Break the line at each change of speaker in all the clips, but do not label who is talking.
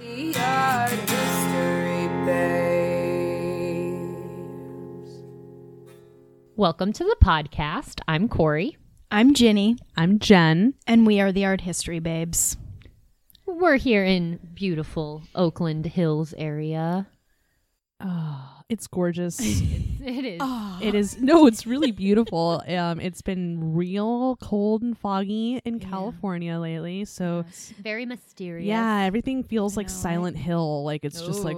We are history, babes.
Welcome to the podcast. I'm Corey.
I'm Ginny,
I'm Jen.
and we are the Art History Babes.
We're here in beautiful Oakland Hills area.
Ah, It's gorgeous.
It is.
it is no, it's really beautiful. um, it's been real cold and foggy in California lately, so
Very mysterious.
yeah, everything feels like
know,
Silent Hill. Like it's just like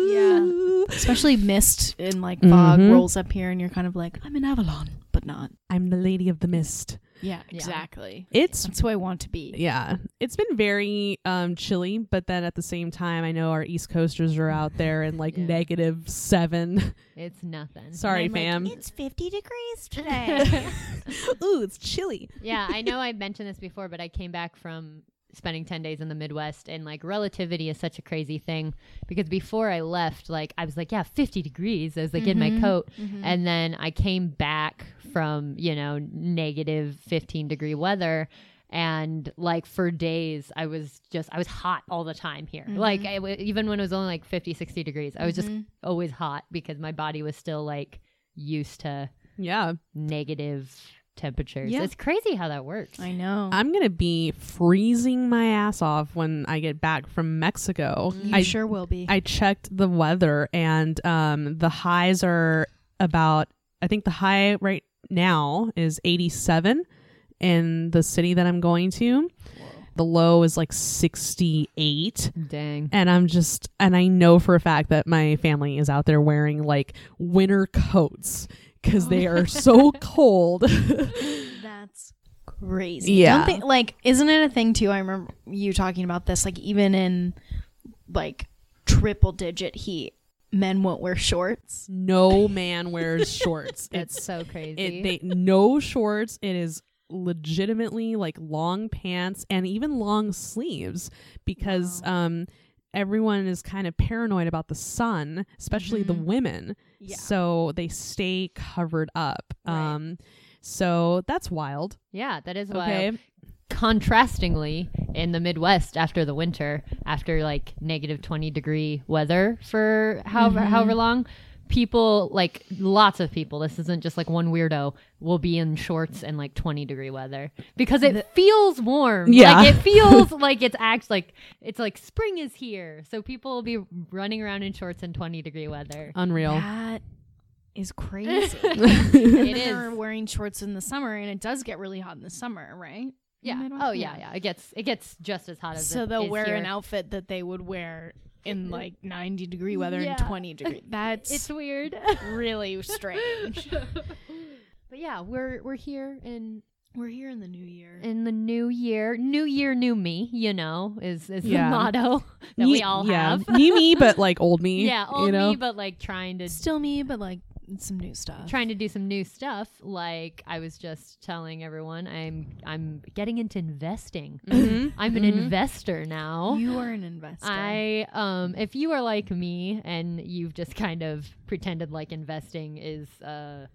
Ooh.
"Ooh."
Especially mist and like fog
Mhm.
rolls up here, and you're kind of like, I'm in Avalon, but not.
I'm the lady of the mist.
Yeah,
Yeah.
exactly.
It's
That's who I want to be.
yeah, it's been very um chilly, but then at the same time, I know our East Coasters are out there in like
Yeah.
negative seven.
It's nothing.
Sorry, fam.
"Eh."
It's 50 degrees today.
Ooh, it's chilly.
yeah, I know I mentioned this before, but I came back from spending 10 days in the Midwest and like relativity is such a crazy thing because before I left, like I was like, yeah, 50 degrees. I was like in
Mm-hmm.
my coat. And then I came back from, you know, negative 15 degree weather. And like for days, I was just, I was hot all the time here.
Mm-hmm.
Like, I w even when it was only like 50, 60 degrees, I was just always hot because my body was still like used to
Yeah,
negative temperatures.
Yeah.
It's crazy how that works.
I know.
I'm gonna be freezing my ass off when I get back from Mexico.
you
I
sure will be.
I checked the weather and um, the highs are about, I think the high right now is 87 in the city that I'm going to. The low is like 68.
Dang.
And I'm just, and I know for a fact that my family is out there wearing like winter coats because they are so cold.
That's crazy.
Yeah.
Don't think, like, isn't it a thing too? I remember you talking about this. Like, even in like triple digit heat, men won't wear shorts.
no man wears shorts.
That's
It's
so crazy.
It they no shorts. It is legitimately like long pants and even long sleeves because um everyone is kind of paranoid about the sun, especially
Mm-hmm.
the women.
Yeah.
So they stay covered up.
Right.
Um so that's wild.
yeah, that is why.
Okay.
Contrastingly, in the Midwest after the winter, after like negative 20 degree weather for
Mm-hmm.
however, however long, people, like lots of people, this isn't just like one weirdo, will be in shorts and like 20 degree weather because it feels warm.
Yeah.
Like it feels like it's act like it's like spring is here. So people will be running around in shorts in 20 degree weather.
Um,
Unreal.
That is crazy.
it
they are
is.
wearing shorts in the summer, and it does get really hot in the summer, right?
Yeah.
They don't-
Oh yeah, yeah. It gets it gets just as hot as
So
it
they'll
is
wear
here.
an outfit that they would wear in like 90 degree weather
Yeah.
and 20 degree. That's
It's weird.
really strange.
But yeah, we're we're here in
We're here in the new year.
in the new year. New year, new me. You know, is is
Yeah.
the motto that we
Ye-
all
yeah.
have.
New me but like old me.
yeah, old
you know?
me, but like trying to
Still me, but like some new stuff.
trying to do some new stuff. Like I was just telling everyone, I'm I'm getting into investing.
Mhm.
I'm an
Mhm.
investor now.
You are an investor.
I um if you are like me and you've just kind of pretended like investing is uh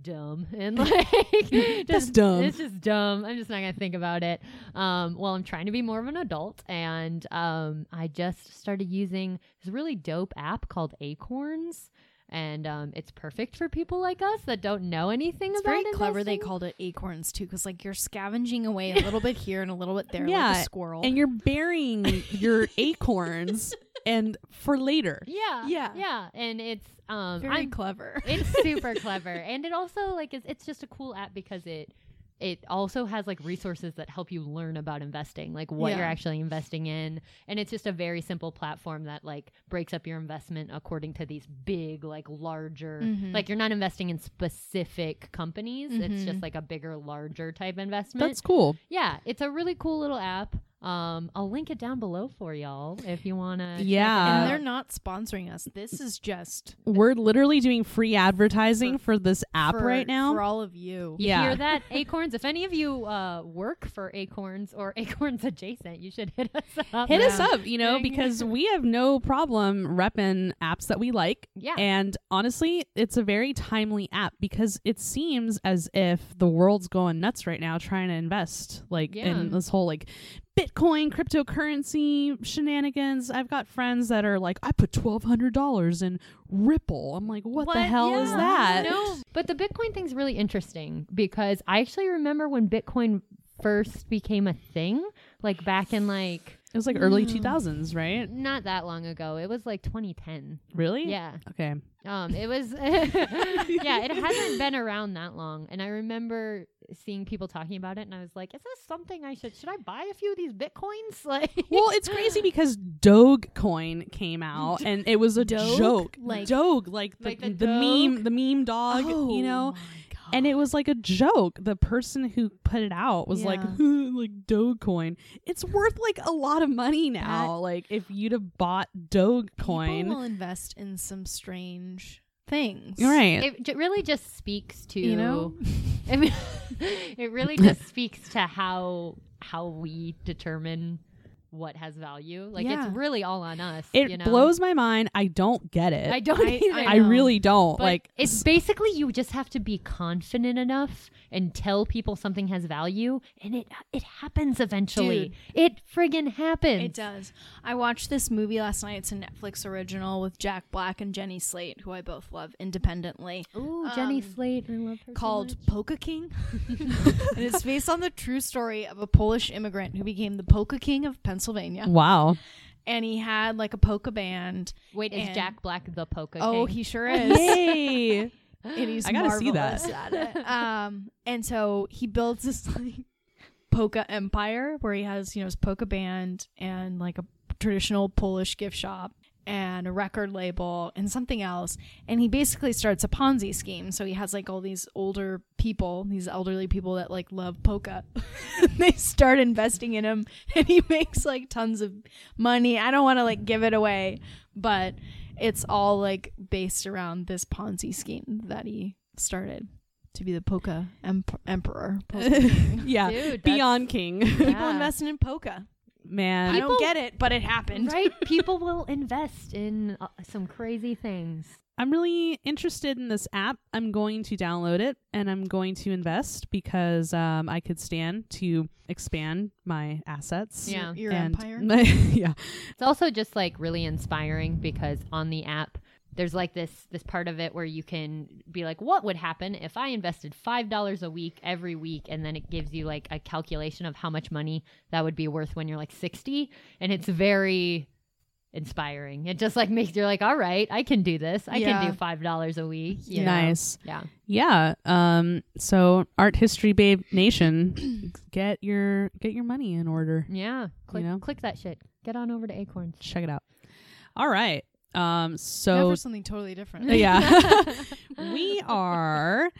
dumb and like just
That's dumb.
It's just dumb. I'm just not gonna think about it. Um well I'm trying to be more of an adult and um I just started using this really dope app called Acorns. And um, it's perfect for people like us that don't know anything
it's
about
very clever they
investing.
called it acorns too, because like you're scavenging away a little bit here and a little bit there, like
Yeah,
a squirrel.
And you're burying your acorns and for later.
Yeah.
Yeah.
Yeah. And it's um
very
I'm
clever.
it's super clever and it also like is it's just a cool app because it it also has like resources that help you learn about investing like what
Yeah.
you're actually investing in and it's just a very simple platform that like breaks up your investment according to these big like larger
Mm-hmm.
Mhm.
like you're not investing in specific companies it's
Mhm.
just like a bigger larger type investment
Mm-hmm. That's cool.
yeah, it's a really cool little app. Um, I'll link it down below for y'all if you want to.
Yeah.
and they're not sponsoring us. This is just
We're literally doing free advertising for, this app
for,
right
for
now.
all of you.
You
Yeah.
hear that, Acorns? If any of you uh, work for Acorns or Acorns adjacent, you should hit us up.
Hit
Yeah.
us up, you know, because we have no problem repping apps that we like.
Yeah.
And honestly, it's a very timely app because it seems as if the world's going nuts right now trying to invest like
Yeah.
in this whole like Bitcoin cryptocurrency shenanigans. I've got friends that are like, I put twelve hundred dollars in Ripple. I'm like, what, the hell is
Yeah.
that?
No, but the Bitcoin thing's really interesting because I actually remember when Bitcoin first became a thing, like back in like
It was like
Hmm.
early two thousands, right?
not that long ago. It was like 2010.
Really?
Yeah.
Okay.
Um, it was, yeah, it hasn't been around that long. And I remember seeing people talking about it, and I was like, is this something I should, should I buy a few of these Bitcoins? Like,
Well, it's crazy because Dogecoin came out and it was a
Doge?
joke.
Like-
Doge, like the,
Like Oh.
the,
the
meme,
Doge?
the meme dog,
Oh
you know? And it was like a joke. The person who put it out was like,
Yeah.
like Dogecoin. It's worth like a lot of money now. like if you'd have bought Dogecoin.
People will invest in some strange things.
You're right.
it j- really just speaks to,
You know?
I mean, it really just speaks to how how we determine what has value. Like,
Yeah.
it's really all on us.
It
you know?
blows my mind. I don't get it.
I don't
I-
either.
I,
know.
really don't.
But
like
it's basically you just have to be confident enough and tell people something has value, and it it happens eventually.
Dude.
it friggin' happens.
It does. I watched this movie last night. It's a Netflix original with Jack Black and Jenny Slate, who I both love independently,
Ooh, Jenny
Um,
Slate, I love her. so
called
much.
Polka King. and it's based on the true story of a Polish immigrant who became the Polka King of Pennsylvania.
wow.
And he had like a polka band.
Wait, is
and-
Jack Black the polka?
Oh,
king?
he sure is.
Yay.
and he's
I gotta see that.
marvelous at it. Um, and so he builds this like polka empire where he has you know his polka band and like a traditional Polish gift shop and a record label and something else. And he basically starts a Ponzi scheme. So he has like all these older people, these elderly people that like love polka. they start investing in him, and he makes like tons of money. I don't want to like give it away, but it's all like based around this Ponzi scheme that he started to be the polka em- emperor. Polka king.
yeah.
Dude,
Beyond King.
People
Yeah.
invested in polka.
Man.
I don't get it, but it happened.
right? People will invest in uh, some crazy things.
I'm really interested in this app. I'm going to download it and I'm going to invest because um, I could stand to expand my assets.
Yeah.
Your
and
empire.
My, yeah.
It's also just like really inspiring because on the app there's like this this part of it where you can be like what would happen if I invested $5 a week every week and then it gives you like a calculation of how much money that would be worth when you're like 60 and it's very inspiring. It just like makes you're like all right, I can do this. I
Yeah.
can do $5 a week. you know?
Nice.
Yeah.
Yeah. Um, so art history babe nation. get your get your money in order.
Yeah. Click
know?
click that shit. Get on over to Acorns.
Check it out. All right. Um
Now
so
for something totally different.
yeah. we are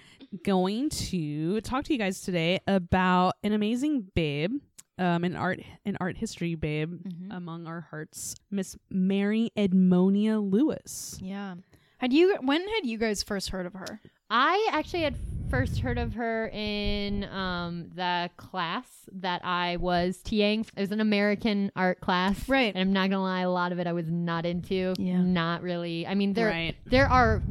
going to talk to you guys today about an amazing babe, um, an art an art history babe
Mm-hmm.
among our hearts, Miss Mary Edmonia Lewis.
Yeah. Had you? When had you guys first heard of her?
I actually had first heard of her in um, the class that I was TAing. It was an American art class,
Right.
And I'm not gonna lie, a lot of it I was not into.
Yeah.
not really. I mean, there
Right.
there are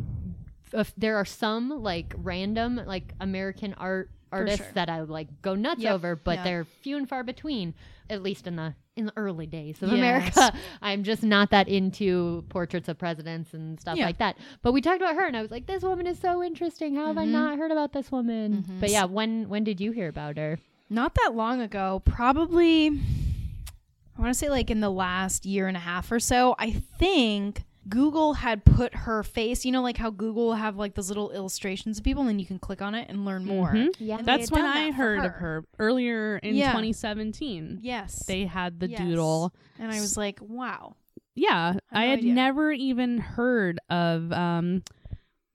uh, there are some like random like American art artists
sure.
that I like go nuts
Yep.
over, but
Yeah.
they're few and far between. At least in the in the early days of
Yes.
America, I'm just not that into portraits of presidents and stuff
Yeah.
like that. But we talked about her, and I was like, "This woman is so interesting. How have
Mm-hmm.
I not heard about this woman?" But yeah, when when did you hear about her?
Not that long ago, probably. I want to say like in the last year and a half or so. I think Google had put her face. You know, like how Google have like those little illustrations of people, and then you can click on it and learn more.
Mhm.
Yeah.
And they
That's
had
when
done
I
that for
heard of her earlier in
Yeah.
2017.
Yes.
They had the
Yes.
doodle.
and I was like, wow.
Yeah,
I
I
had no
had
idea.
never even heard of um,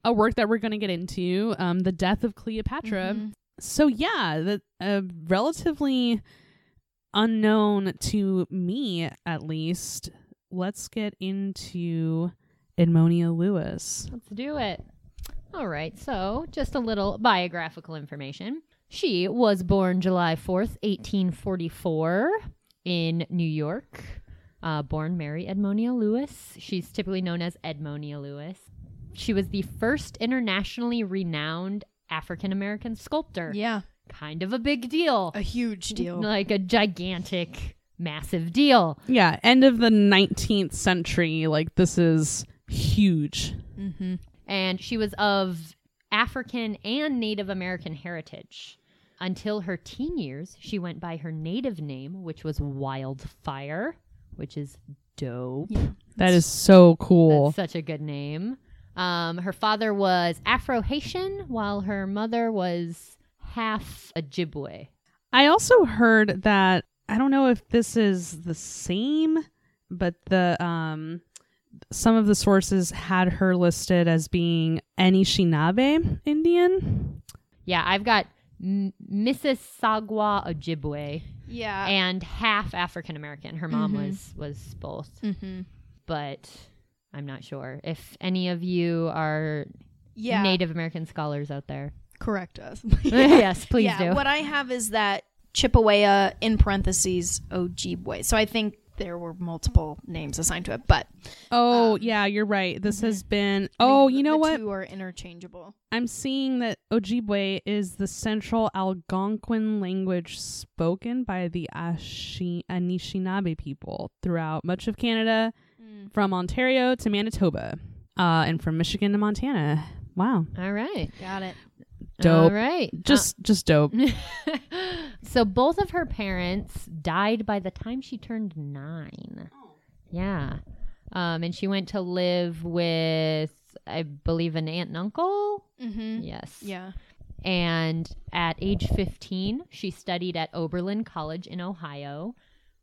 a work that we're going to get into, um,
Mm-hmm.
the death of Cleopatra. So yeah, the a relatively unknown to me at least, let's get into Edmonia Lewis.
Let's do it. All right, so just a little biographical information. She was born July 4th, 1844, in New York. Uh, born Mary Edmonia Lewis. She's typically known as Edmonia Lewis. She was the first internationally renowned African American sculptor.
Yeah.
Kind of a big deal.
A huge deal.
Like a gigantic, massive deal.
Yeah, end of the 19th century. Like, this is huge.
and she was of African and Native American heritage. Until her teen years, she went by her native name, which was Wildfire, which is dope.
That is so cool.
That's such a good name. Um, her father was Afro Haitian, while her mother was half Ojibwe.
I also heard that I don't know if this is the same, but the um some of the sources had her listed as being Anishinaabe Indian.
Yeah, I've got M- Mississauga Ojibwe
yeah.
and half African American. Her mom
Mhm.
was was both.
mm-hmm.
but I'm not sure if any of you are
Yeah.
Native American scholars out there.
Correct us.
yes, please
yeah,
do.
What I have is that Chippewa in parentheses Ojibwe. So I think there were multiple names assigned to it, but
Oh,
Um,
yeah, you're right. This has been
I think
Oh,
the-
you know
the
what?
Two are interchangeable.
I'm seeing that Ojibwe is the central Algonquin language spoken by the Ashi- Anishinaabe people throughout much of Canada, from Ontario to Manitoba, uh, and from Michigan to Montana. Wow,
All right.
Got it.
dope.
All right.
Just, just dope.
Uh, so both of her parents died by the time she turned nine.
Oh.
Yeah. Um, and she went to live with, I believe, an aunt and uncle.
Mm-hmm.
Yes.
Yeah.
And at age 15, she studied at Oberlin College in Ohio,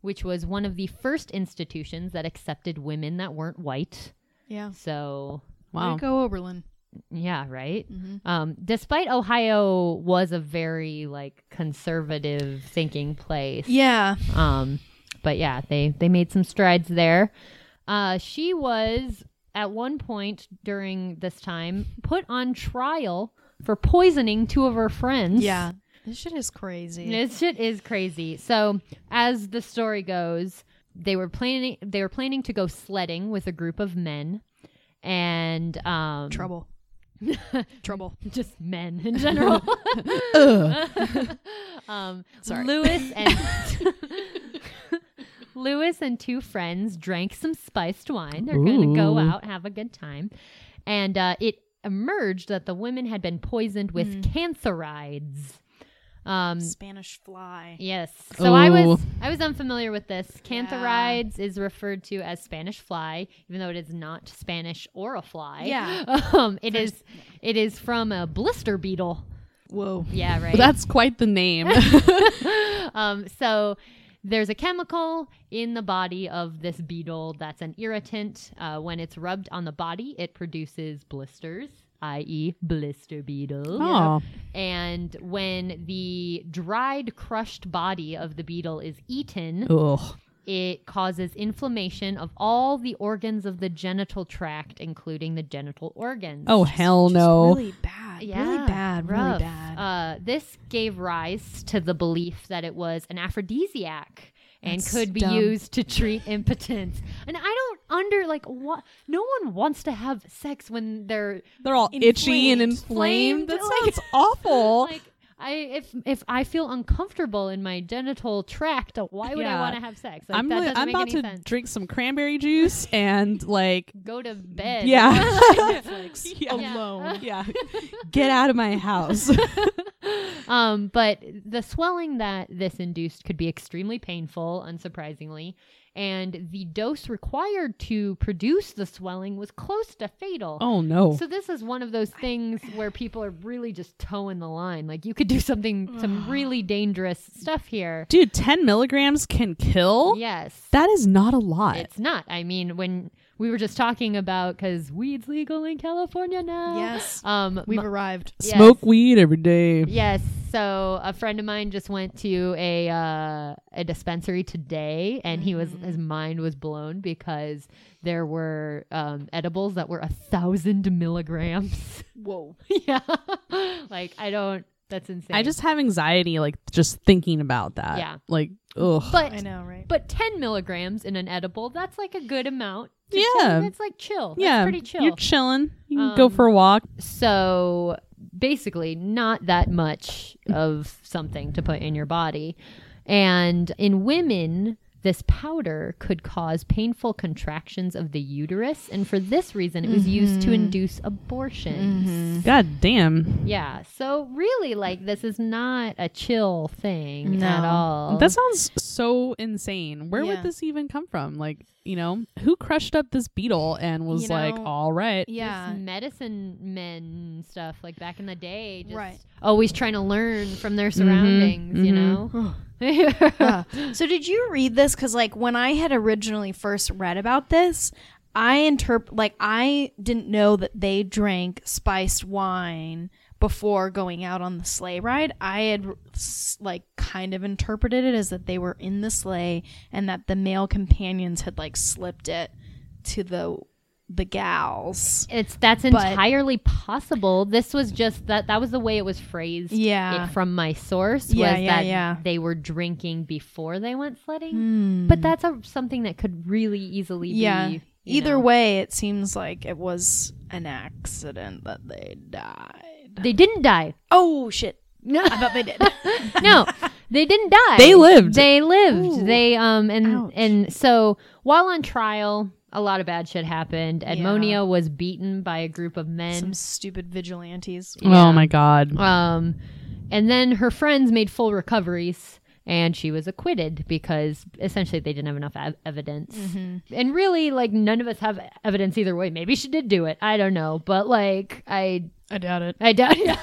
which was one of the first institutions that accepted women that weren't white.
Yeah.
So,
Wow.
Go Oberlin.
yeah, right?
Mm-hmm.
Um, despite Ohio was a very like conservative thinking place.
Yeah.
Um, but yeah, they they made some strides there. Uh, she was at one point during this time put on trial for poisoning two of her friends.
Yeah. This shit is crazy.
This shit is crazy. So, as the story goes, they were planning they were planning to go sledding with a group of men and um
Trouble. Trouble.
just men in general. um,
Sorry.
Lewis and Lewis and two friends drank some spiced wine. They're going to go
Ooh.
out, have a good time, and uh, it emerged that the women had been poisoned with
Hmm.
cantharides. Um,
Spanish fly.
Yes. So I was
Ooh.
I was unfamiliar with this. Cantharides is referred to as Spanish fly, even though it is not Spanish or a fly.
Yeah.
Um, it is it is from a blister beetle.
Whoa.
Yeah, right.
That's quite the name.
um, so there's a chemical in the body of this beetle that's an irritant. Uh, when it's rubbed on the body, it produces blisters, i.e., blister beetle.
Aw.
And when the dried, crushed body of the beetle is eaten,
Ugh.
it causes inflammation of all the organs of the genital tract, including the genital organs.
Oh hell no.
Really bad.
Yeah,
Really bad. Really
rough.
bad.
Uh, this gave rise to the belief that it was an aphrodisiac and
That's
could be
dumb.
used to treat impotence. And I don't under like what no one wants to have sex when they're
They're all itchy and
Inflamed.
inflamed. That
Like-
sounds awful.
like I if if I feel uncomfortable in my genital tract, why would I
Yeah.
want to have sex? Like
I'm,
that
li-
doesn't
I'm
make
about
any
to
sense.
drink some cranberry juice and like
Go to bed.
Yeah.
Netflix.
alone. Yeah. Get out of my house.
Um, but the swelling that this induced could be extremely painful, unsurprisingly, and the dose required to produce the swelling was close to fatal.
oh no.
So this is one of those things where people are really just toeing the line. Like you could do something, some really dangerous stuff here.
Dude, 10 milligrams can kill?
Yes.
That is not a lot.
It's not. I mean, when we were just talking about because weed's legal in California now.
Yes.
Um,
We've
m-
arrived.
yes.
Smoke weed every day.
Yes. So a friend of mine just went to a uh, a dispensary today, and he was his mind was blown because there were um, edibles that were a thousand milligrams.
Whoa.
yeah, like I don't. That's insane.
I just have anxiety, like just thinking about that.
Yeah.
Like, ugh.
but
I know, right?
but ten milligrams in an edible. That's like a good amount. to
Yeah.
chill. that's like chill. That's
yeah,
pretty chill. Um,
You're chilling. You can go for a walk.
so basically not that much of something to put in your body and in women this powder could cause painful contractions of the uterus and for this reason it was used
Mm-hmm.
to induce abortions
God damn.
yeah so really like this is not a chill thing
No.
at all
That sounds so insane. Where
Um, Yeah.
would this even come from? Like, you know, who crushed up this beetle and was
You
like,
know,
all right.
yeah.
Just medicine men stuff like back in the day just
Right.
always trying to learn from their surroundings you know
So did you read this? Because like when I had originally first read about this, I interp like I didn't know that they drank spiced wine before going out on the sleigh ride. I had s- like kind of interpreted it as that they were in the sleigh and that the male companions had like slipped it to the the gals.
It's that's
But-
entirely possible. This was just that that was the way it was phrased.
Yeah.
it- from my source
Yeah,
was
yeah,
that
yeah. Hmm.
they were drinking before they went sledding. But that's a, something that could really easily
Yeah.
be. you
Either
know.
way, it seems like it was an accident that they died.
they didn't die.
Oh shit. No, I bet they did.
no, they didn't die.
They lived.
They lived.
Ooh.
They um and
Ouch.
and so while on trial, a lot of bad shit happened. Edmonia
Yeah.
was beaten by a group of men.
Some stupid vigilantes.
Oh my God.
Uh,
Um, and then her friends made full recoveries and she was acquitted because essentially they didn't have enough ev- evidence. And really, like, none of us have evidence either way. Maybe she did do it. I don't know. But, like, I.
I doubt it.
I doubt. I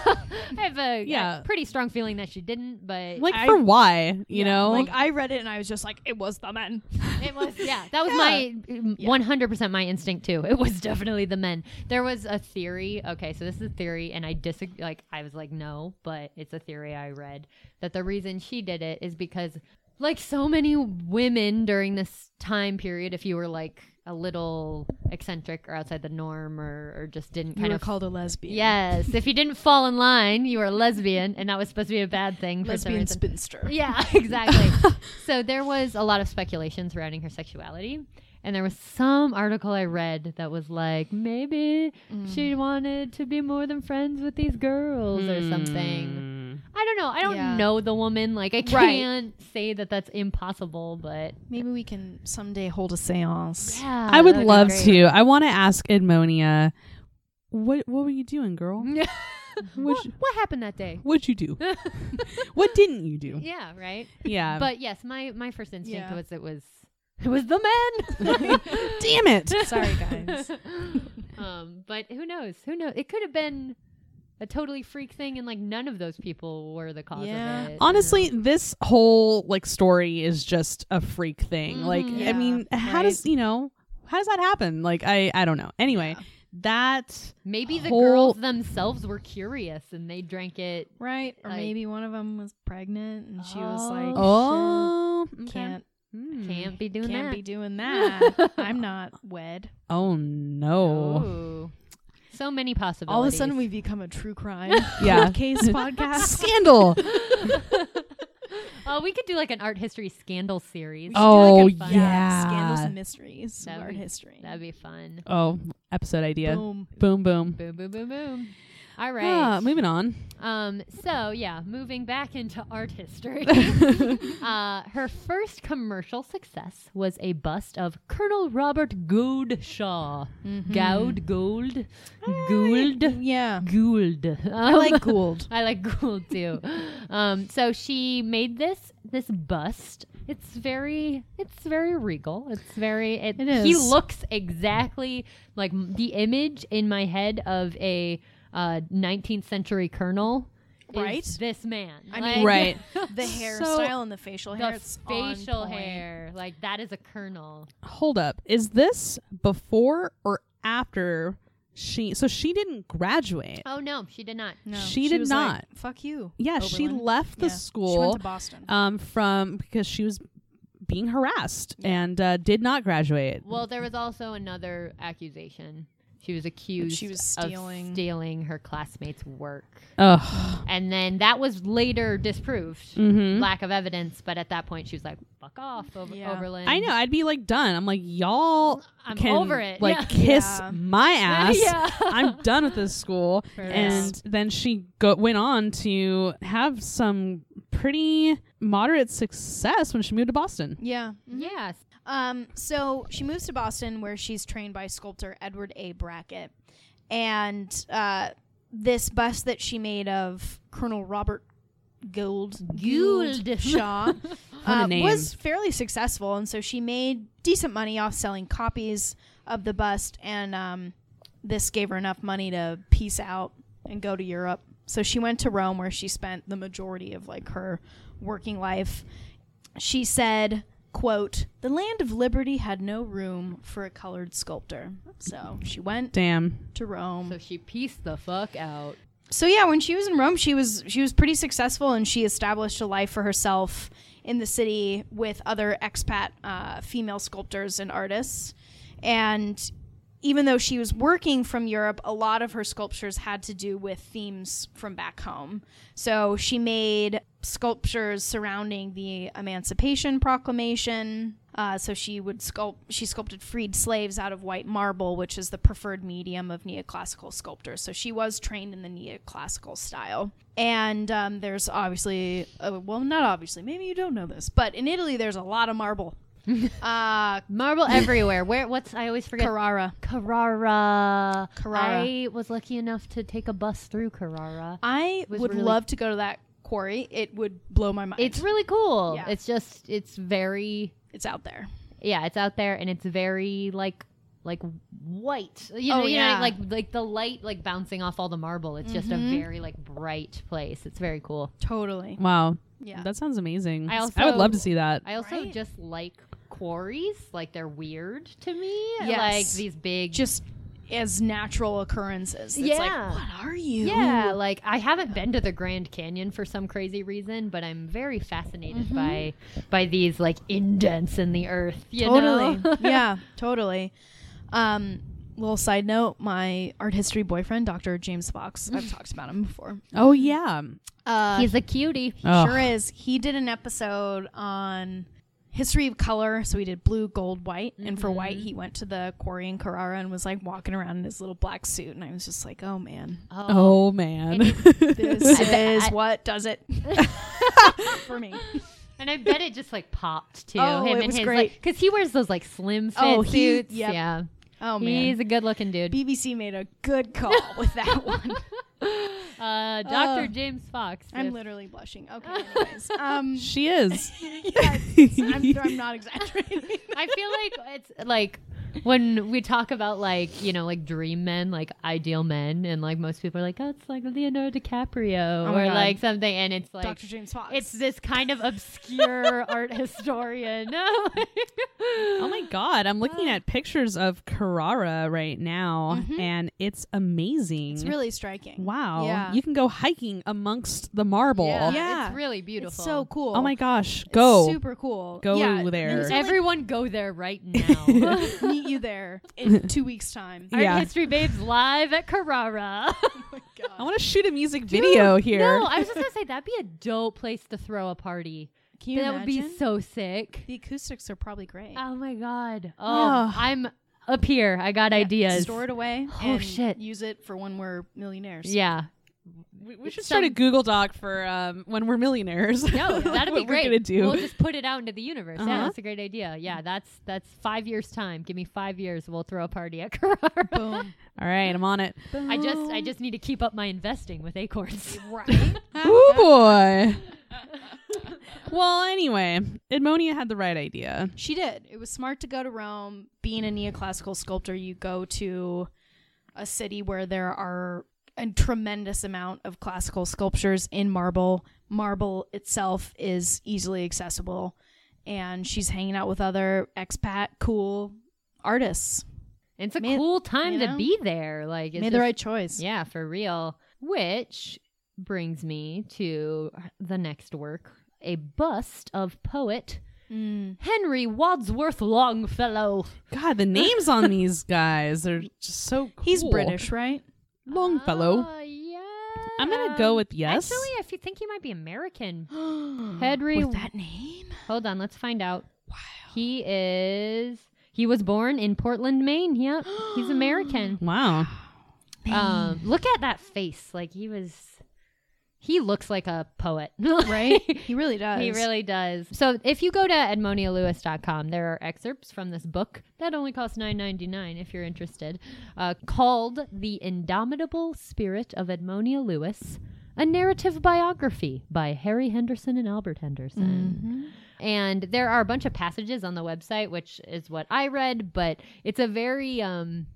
have a
Yeah.
a pretty strong feeling that she didn't, but
Like,
I-
for why? You know?
like I read it and I was just like, it was the men.
it was yeah. That was my mm, one hundred percent my instinct too. It was definitely the men. There was a theory. Okay, so this is a theory, and I disagree. Like I was like no, but it's a theory I read that the reason she did it is because like so many women during this time period, if you were like a little eccentric or outside the norm or, or just didn't
You
kind
were
of
called a lesbian.
yes, if you didn't fall in line, you were a lesbian, and that was supposed to be a bad thing. For some
lesbian
reason.
spinster.
Yeah, exactly. so there was a lot of speculation surrounding her sexuality. And there was some article I read that was like, maybe she wanted to be more than friends with these girls or something. I don't know. I don't
Yeah.
know the woman. Like, I can't say that that's impossible, but
Maybe we can someday hold a séance.
yeah.
I would
that'd be
love
great.
to. I want to ask Edmonia, what what were you doing, girl?
Mm.
what,
What'd you,
what happened that day?
what'd you do? what didn't you do?
Yeah, right?
Yeah.
but yes, my, my first instinct
Yeah.
was it was. It was the men.
damn it.
Sorry, guys.
um, but who knows? Who knows? It could have been a totally freak thing, and like none of those people were the cause
Yeah.
of it.
Honestly, this whole like story is just a freak thing. Like,
Mhm.
I mean,
Mm-hmm, Yeah,
how does you know? How does that happen? Like, I I don't know. Anyway, that
maybe the
whole-
girls themselves were curious and they drank it.
Right? Or
Like-
maybe one of them was pregnant and she was like,
oh okay.
can't
Mm.
Can't be doing
Hmm. can't
that.
be doing that. I'm not wed.
oh no
Ooh. So many possibilities.
Oh. All of a sudden, we become a true crime
Yeah.
cold case podcast.
scandal.
Oh, we could do like an art history scandal series.
oh
a fun-
yeah.
scandals and mysteries
That'd
of our
be-
history.
That'd be fun.
Oh, episode idea.
Boom.
Boom boom.
Boom, boom, boom, boom. All right.
Ah, moving on.
Um, so yeah, moving back into art history. uh, her first commercial success was a bust of Colonel Robert Goudshaw. Goud, Gould, Gould,
Mm-hmm. Yeah,
Gould.
I like Gould.
I like Gould too. um, so she made this this bust. It's very it's very regal. It's very it,
It
He
is.
looks exactly like m- the image in my head of a uh, 19th century colonel. is
Right?
this man.
I
Like,
mean-
Right.
The hairstyle and the facial hair.
The
it's on
facial
point.
hair, like that is a colonel.
Hold up. Is this before or after she so she didn't graduate.
Oh no, she did not.
No,
She did
was like,
not.
Fuck you.
yeah, she
Oberlin."
left the
Yeah.
school
She went to Boston.
um from because she was being harassed and uh, did not graduate.
Well, there was also another accusation. She was accused
She was
of
stealing-
stealing her classmates' work.
Ugh.
And then that was later disproved,
Mhm.
lack of evidence. But at that point, she was like, fuck off, Ober-
Yeah.
Oberlin.
I know. I'd be like done. I'm like y'all.
I'm
can,
over it.
Like
Yeah.
kiss
Yeah.
my ass.
Yeah.
I'm done with this school. And then she go- went on to have some pretty moderate success when she moved to Boston.
yeah.
Yes.
Um, so she moves to Boston where she's trained by sculptor Edward A. Brackett. And uh, this bust that she made of Colonel Robert Gould,
Gould.
Shaw
a
uh,
name.
was fairly successful. And so she made decent money off selling copies of the bust. And um, this gave her enough money to peace out and go to Europe. So she went to Rome where she spent the majority of like her working life she said quote the land of liberty had no room for a colored sculptor so she went
Damn.
to rome
So she pieced the fuck out.
so yeah when she was in rome she was she was pretty successful and she established a life for herself in the city with other expat uh, female sculptors and artists and even though she was working from Europe, a lot of her sculptures had to do with themes from back home. So she made sculptures surrounding the Emancipation Proclamation. Uh, so she would sculpt. She sculpted freed slaves out of white marble, which is the preferred medium of neoclassical sculptors. So she was trained in the neoclassical style. And um, there's obviously, uh, well, not obviously. Maybe you don't know this, but in Italy, there's a lot of marble. uh,
Marble everywhere. Where? What's? I always forget.
Carrara.
Carrara.
Carrara.
I was lucky enough to take a bus through Carrara.
I
was
would
really-
love to go to that quarry. It would blow my mind.
It's really cool.
Yeah.
It's just, it's very,
it's out there.
yeah, it's out there and it's very like, like white. You
Oh,
know, you know,
yeah. Mm-hmm.
like like the light like bouncing off all the marble. It's just a very like bright place. It's very cool.
Totally.
Wow.
Yeah.
That sounds amazing.
I
I,
also-
would love to see that.
I also
Right.
just like quarries. Like they're weird to me.
Yes.
Like these big
just as natural occurrences. It's
Yeah.
like, what are you?
Yeah, like I haven't been to the Grand Canyon for some crazy reason, but I'm very fascinated
Mm-hmm.
by by these like indents in the earth. You
Totally.
know?
yeah, totally. Um, little side note, my art history boyfriend, Dr. James Fox, I've talked about him before.
Oh yeah.
Uh,
he's a cutie.
Oh.
Sure is. He did an episode on history of color. So he did blue, gold, white. And for white, he went to the quarry in Carrara and was like walking around in his little black suit. And I was just like, oh man,
Oh man.
this
I bet-
is
I-
what does it for me.
And I bet it just like popped too.
Oh,
him
it
and
was
his
great.
because he wears those like slim fit
Oh, he-
suits.
yep.
Yeah,
Oh
he's a good looking dude.
BBC made a good call with that one.
Uh, Doctor James Fox.
I'm
if-
literally blushing. Okay, anyways. Um,
she is.
I'm, I'm not exaggerating.
I feel like it's like when we talk about like you know like dream men, like ideal men, and like most people are like, oh, it's like Leonardo DiCaprio
Oh
or
my God.
like something, and it's like
Dr. James Fox.
it's this kind of obscure art historian.
Oh my god, I'm looking at pictures of Carrara right now
Mm-hmm.
and it's amazing.
it's really striking.
wow.
Yeah.
You can go hiking amongst the marble.
yeah,
Yeah.
it's really
It's
beautiful.
so cool.
Oh my gosh,
It's
go.
super cool.
Go
Yeah,
there.
and so, like,
Everyone go there right now.
meet you there in two weeks' time.
Art
Yeah.
History Babes live at Carrara.
I want to shoot a music video here.
no, I was just gonna say that'd be a dope place to throw a party.
Can you
that would be
imagine?
so sick.
The acoustics are probably great.
Oh my god. Oh,
Ugh.
I'm up here. I got ideas.
Store it away.
Oh,
and
shit.
Use it for when we're millionaires.
Yeah.
we, we should start a Google Doc for um, when we're millionaires.
No, that'd
What
be great.
We're gonna do.
will just put it out into the universe. Yeah,
Uh-huh.
that's a great idea. Yeah, that's that's five years time. Give me five years. We'll throw a party at Carrara.
Boom.
All right, I'm on it.
I just I just need to keep up my investing with acorns.
Right.
Ooh boy. well, anyway, Edmonia had the right idea.
She did. It was smart to go to Rome. Being a neoclassical sculptor, you go to a city where there are a tremendous amount of classical sculptures in marble. Marble itself is easily accessible. And she's hanging out with other expat cool artists.
It's a
Made-
cool time
you know?
to be there. Like, it's
Made the
just-
right choice.
Yeah, for real. Which brings me to the next work a bust of poet
Mm.
Henry Wadsworth Longfellow.
God, the names on these guys are just so cool.
He's British, right?
Longfellow.
Ah, yeah.
I'm gonna go with yes.
Ah. Actually, I f- think he might be American. Henry.
With that name?
Hold on, let's find out. Wow. He is. He was born in Portland, Maine. Yep. He's American.
wow.
Um, look at that face. Like he was, he looks like a poet,
Right? he really does.
he really does. So if you go to edmonialewis.com, there are excerpts from this book that only costs nine ninety nine if you're interested, uh, called "The Indomitable Spirit of Edmonia Lewis." A narrative biography by Harry Henderson and Albert Henderson. And there are a bunch of passages on the website, which is what I read, but it's a very um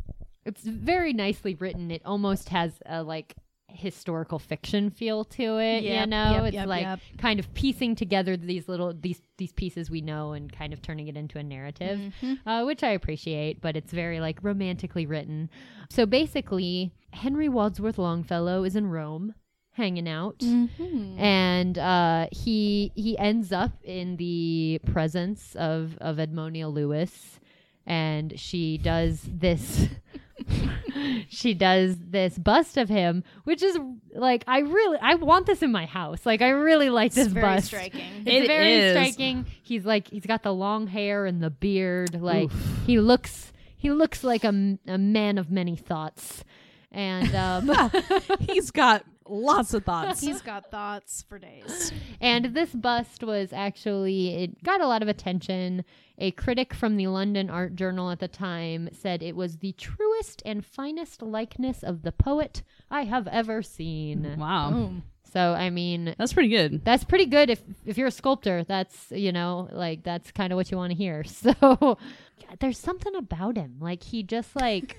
it's very nicely written. It almost has a like historical fiction feel to it, you
Yep,
know?
yep,
it's
yep,
like
yep.
kind of piecing together these little these these pieces we know and kind of turning it into a narrative,
Mm-hmm.
uh, which I appreciate. But it's very like romantically written. So basically, Henry Wadsworth Longfellow is in Rome, hanging out,
Mm-hmm. Mm.
and uh, he he ends up in the presence of of Edmonia Lewis, and she does this. she does this bust of him, which is like I really I want this in my house. Like I really like this
very
bust.
striking.
It's
It
very
is.
striking. He's like he's got the long hair and the beard. Like he looks he looks like a, m- a man of many thoughts. And um,
He's got lots of thoughts.
He's got thoughts for days.
and this bust was actually it got a lot of attention. A critic from the London Art Journal at the time said it was the truest and finest likeness of the poet I have ever seen.
wow.
So I mean,
That's pretty good.
that's pretty good if if you're a sculptor that's you know like that's kind of what you want to hear so there's something about him like he just like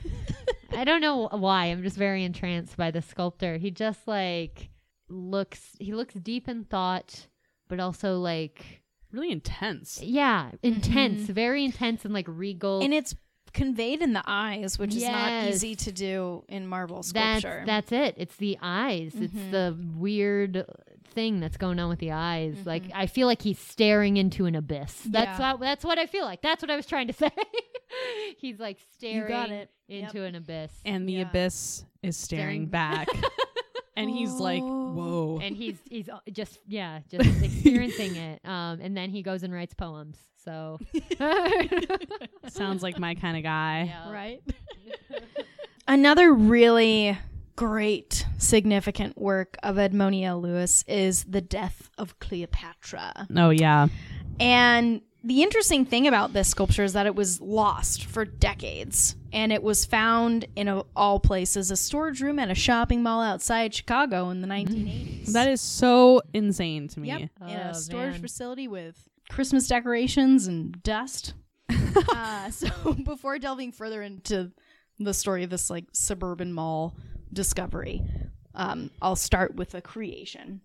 i don't know why i'm just very entranced by the sculptor he just like looks he looks deep in thought but also like
Really intense.
yeah intense very intense and like regal
And it's conveyed in the eyes, which is not
Yes.
easy to do in marble
that's
sculpture. Mm-hmm.
that's it it's the eyes it's the weird thing that's going on with the eyes like i feel like he's staring into an abyss that's
Mm-hmm. Yeah.
what that's what i feel like that's what i was trying to say he's like staring
it.
into an abyss
And the
Yeah.
abyss is
Staring.
staring back. and he's like,
Oh.
whoa.
and he's he's uh, just yeah just experiencing it um and then he goes and writes poems so
Sounds like my kind of guy.
right? Another really great significant work of Edmonia Lewis is The Death of Cleopatra.
Oh, yeah.
And the interesting thing about this sculpture is that it was lost for decades and it was found in of all places a storage room at a shopping mall outside Chicago
Mm-hmm.
in the 1980s.
That is so insane to me.
Yep, in
Oh,
a storage
man.
facility with Christmas decorations and dust. uh, so before delving further into the story of this like suburban mall discovery, um, I'll start with a creation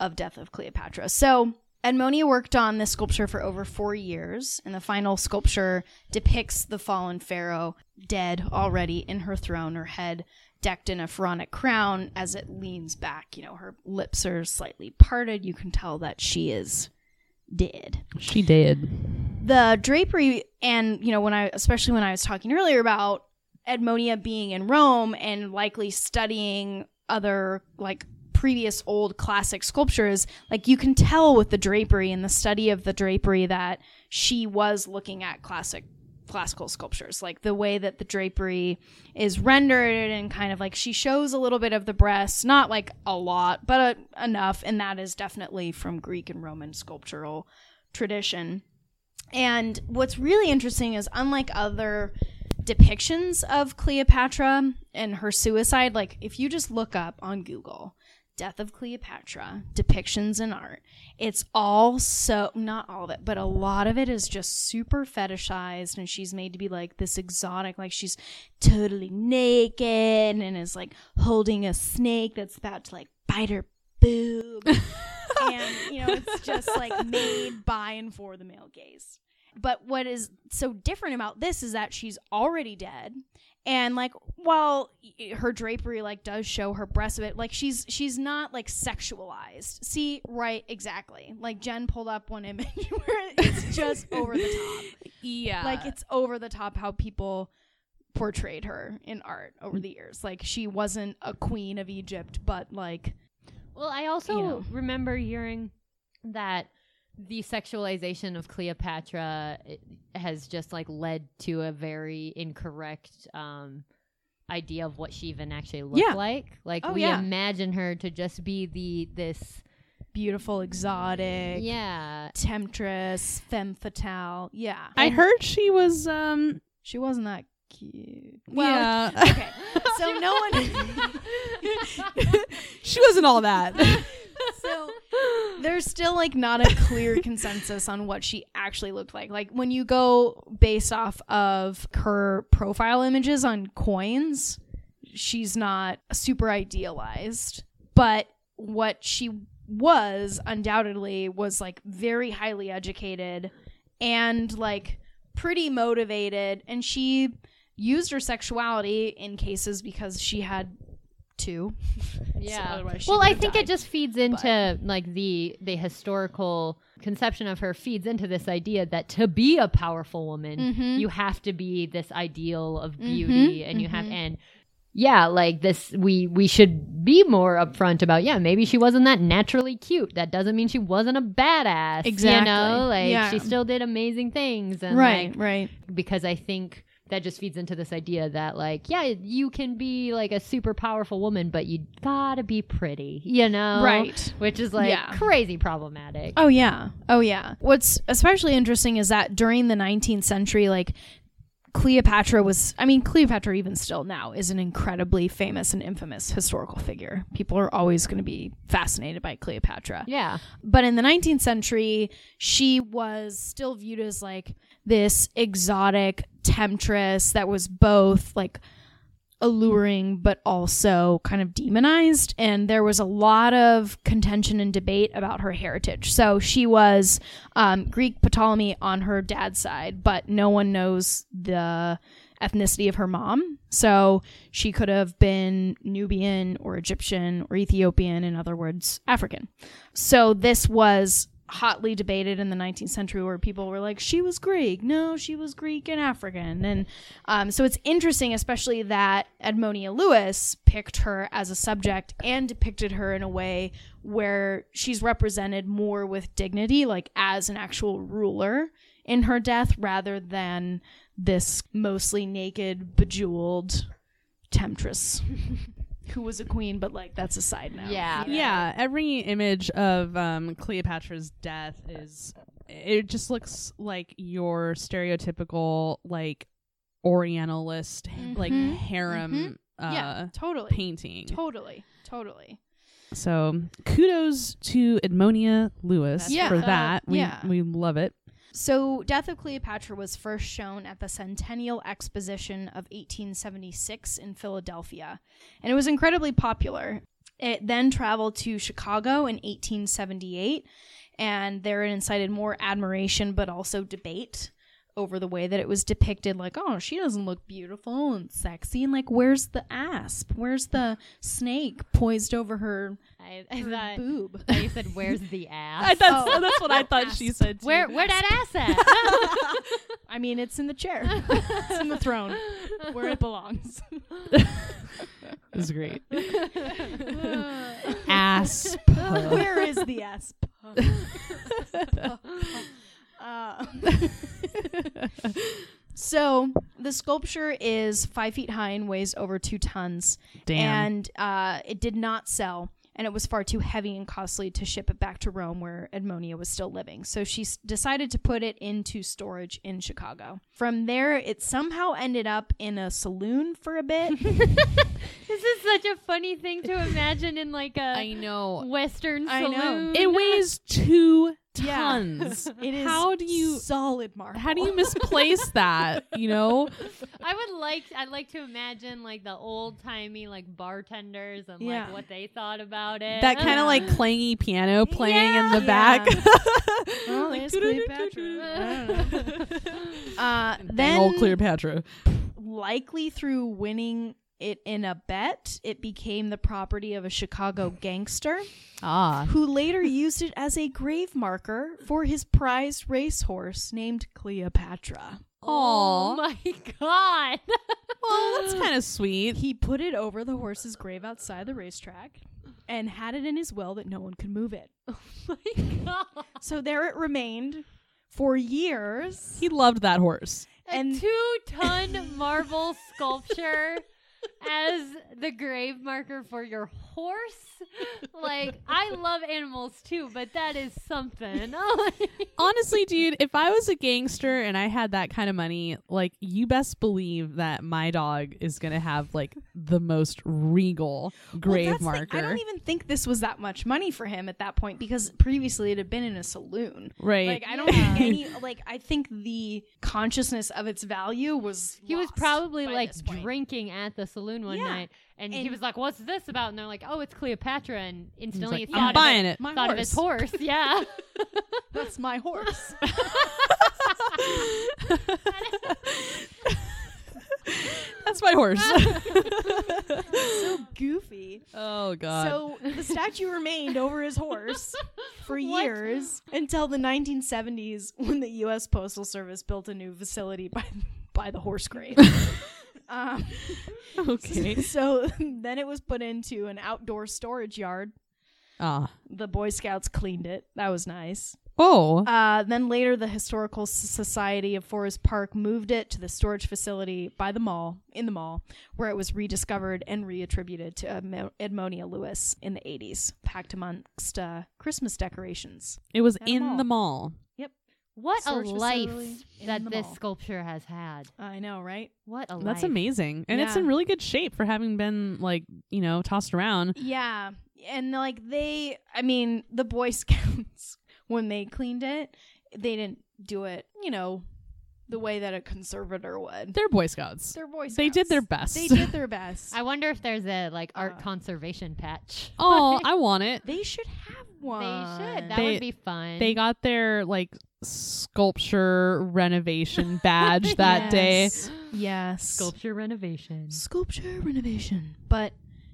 of Death of Cleopatra. So Edmonia worked on this sculpture for over four years, and the final sculpture depicts the fallen pharaoh dead already in her throne, her head decked in a pharaonic crown as it leans back. You know, her lips are slightly parted. You can tell that she is dead
She did.
the drapery and you know when i especially when i was talking earlier about edmonia being in rome and likely studying other like previous old classic sculptures like you can tell with the drapery and the study of the drapery that she was looking at classic classical sculptures like the way that the drapery is rendered and kind of like she shows a little bit of the breasts not like a lot but uh, enough and that is definitely from greek and roman sculptural tradition and what's really interesting is, unlike other depictions of Cleopatra and her suicide, like if you just look up on Google, Death of Cleopatra, depictions in art, it's all so, not all of it, but a lot of it is just super fetishized. And she's made to be like this exotic, like she's totally naked and is like holding a snake that's about to like bite her boob and you know it's just like made by and for the male gaze But what is so different about this is that she's already dead. And like while y- her drapery like does show her breasts a bit, like she's she's not like sexualized. See, right, exactly. Like Jen pulled up one image where it's just over the top.
Yeah.
Like it's over the top how people portrayed her in art over the years. Like she wasn't a queen of Egypt, but like
Well, I also
You know.
remember hearing that the sexualization of Cleopatra eh, has just like led to a very incorrect um idea of what she even actually looked
Yeah.
like. Like
Oh,
we
yeah.
imagine her to just be the this
beautiful, exotic,
yeah.
temptress, femme fatale. Yeah.
I heard she was um
She wasn't that cute.
yeah.
okay. So no one
she wasn't all that.
So there's still like not a clear consensus on what she actually looked like. Like when you go based off of her profile images on coins, she's not super idealized, but what she was undoubtedly was like very highly educated and like pretty motivated and she used her sexuality in cases because she had two
Yeah.
otherwise she
well, I
would've
think
died.
it just feeds into like the the historical conception of her feeds into this idea that to be a powerful woman,
Mhm.
you have to be this ideal of
Mm-hmm.
beauty and you have and yeah, like this we we should be more upfront about. Yeah, maybe she wasn't that naturally cute. That doesn't mean she wasn't a badass. You
Exactly.
know, like
Yeah.
she still did amazing things and
right
like,
right
because I think that just feeds into this idea that like yeah you can be like a super powerful woman but you gotta be pretty you know
Right.
which is like
Yeah.
crazy problematic
Oh yeah. Oh yeah. What's especially interesting is that during the 19th century like Cleopatra was I mean Cleopatra even still now is an incredibly famous and infamous historical figure. People are always going to be fascinated by Cleopatra.
yeah
But in the 19th century, she was still viewed as like this exotic temptress that was both like alluring but also kind of demonized. And there was a lot of contention and debate about her heritage. So she was um, Greek Ptolemy on her dad's side, but no one knows the ethnicity of her mom. So she could have been Nubian or Egyptian or Ethiopian, in other words, African. So this was hotly debated in the 19th century where people were like she was greek no she was greek and african and um, so it's interesting especially that edmonia lewis picked her as a subject and depicted her in a way where she's represented more with dignity like as an actual ruler in her death rather than this mostly naked bejeweled temptress who was a queen but like that's a side note
yeah
yeah, every image of um Cleopatra's death is it just looks like your stereotypical like orientalist like
Mhm.
harem uh
Mm-hmm. yeah totally
painting.
Totally, totally.
So kudos to Edmonia Lewis
Yeah.
for that. We,
Uh, Yeah.
we love it.
So, Death of Cleopatra was first shown at the Centennial Exposition of 1876 in Philadelphia, and it was incredibly popular. It then traveled to Chicago in 1878, and there it incited more admiration but also debate over the way that it was depicted like oh she doesn't look beautiful and sexy and like where's the asp where's the snake poised over her,
i,
her
I thought
boob Oh.
I you said where's the ass
That's, that's what I thought she said. Too.
where where that ass at
I mean, it's in the chair, it's in the throne, where it belongs.
This is great. Asp.
where is the asp? Uh, so the sculpture is five feet high and weighs over two tons,
Damn.
and uh, it did not sell. And it was far too heavy and costly to ship it back to Rome, where Edmonia was still living. So she s- decided to put it into storage in Chicago. From there, it somehow ended up in a saloon for a bit.
this is such a funny thing to imagine in like a
know.
western
I know.
saloon
It weighs two
Yeah.
tons.
It is
How do you-
solid marble?
How do you misplace that? You know,
I would like I'd like to imagine like the old timey like bartenders and
Yeah.
like what they thought about it.
that kind of like clangy piano playing in the
Yeah.
back.
Oh, it's Cleopatra. I don't know. Uh,
Dang
then
old Cleopatra.
likely through winning it in a bet, it became the property of a Chicago gangster
Ah,
who later used it as a grave marker for his prized racehorse named Cleopatra.
oh my god.
well, that's kind of sweet.
He put it over the horse's grave outside the racetrack and had it in his will that no one could move it. So there it remained for years.
He loved that horse.
And-
a two-ton marble sculpture as the grave marker for your horse. Like I love animals too, but that is something.
Honestly, dude, if I was a gangster and I had that kind of money, like you best believe that my dog is gonna have like the most regal
Well,
grave
that's the-
marker.
I don't even think this was that much money for him at that point because previously it had been in a saloon.
right.
Like I don't think any like I think the consciousness of its value was
He was
lost
probably
by
like
this point.
drinking at the saloon one
Yeah.
night, and, he
And-
was like, "What's this about?" And they're like, "Oh, it's Cleopatra," and
He's
instantly
like,
thought
I'm
of
buying
it.
it.
My
thought of his horse. Yeah,
That's my horse.
That's my horse.
so goofy.
oh god.
So the statue remained over his horse for
What?
years until the 1970s when the U.S. Postal Service built a new facility by by the horse grave. um,
okay.
so then it was put into an outdoor storage yard.
Ah.
The Boy Scouts cleaned it. That was nice.
Oh.
Uh, then later, the Historical S- Society of Forest Park moved it to the storage facility by the mall, in the mall, where it was rediscovered and reattributed to Edmo- Edmonia Lewis in the 80s, packed amongst uh, Christmas decorations.
it was
at a
in
mall.
the mall.
what a
Storage
life
facility in
that
the
this
mall.
sculpture has had.
I know, right?
What a
That's
life.
amazing. And it's
Yeah.
in really good shape for having been like, you know, tossed around.
Yeah. And like they, I mean, the Boy Scouts, when they cleaned it, they didn't do it, you know, the way that a conservator would.
They're Boy Scouts.
They're Boy Scouts.
They did their best.
They did their best.
I wonder if there's a like art
Uh,
conservation patch.
oh, I want it.
They should have one.
They should. That
They-
would be fun.
They got their like sculpture renovation badge that day.
Yes. Yes.
sculpture renovation.
Sculpture renovation. But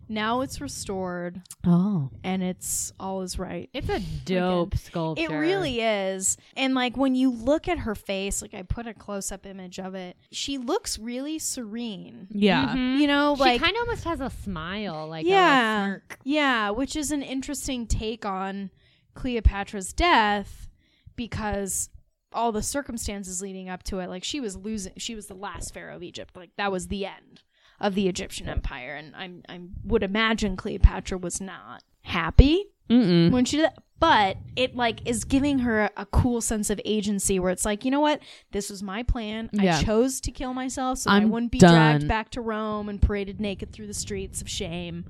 now it's restored
Oh.
and it's all is right.
It's a dope sculpture.
It really is. And like when you look at her face, like I put a close up image of it, she looks really serene.
Yeah.
Mhm.
You know, like
she kind of almost has a smile, like yeah.
yeah, yeah, which is an interesting take on Cleopatra's death because all the circumstances leading up to it, like she was losing, she was the last pharaoh of Egypt, like that was the end of the Egyptian Empire, and I'm I would imagine Cleopatra was not happy
Mm.
Mm-mm.
when she did that. But it like is giving her a cool sense of agency where it's like, you know what? This was my plan.
Yeah.
I chose to kill myself so I
I'm
wouldn't be
done.
dragged back to Rome and paraded naked through the streets of shame.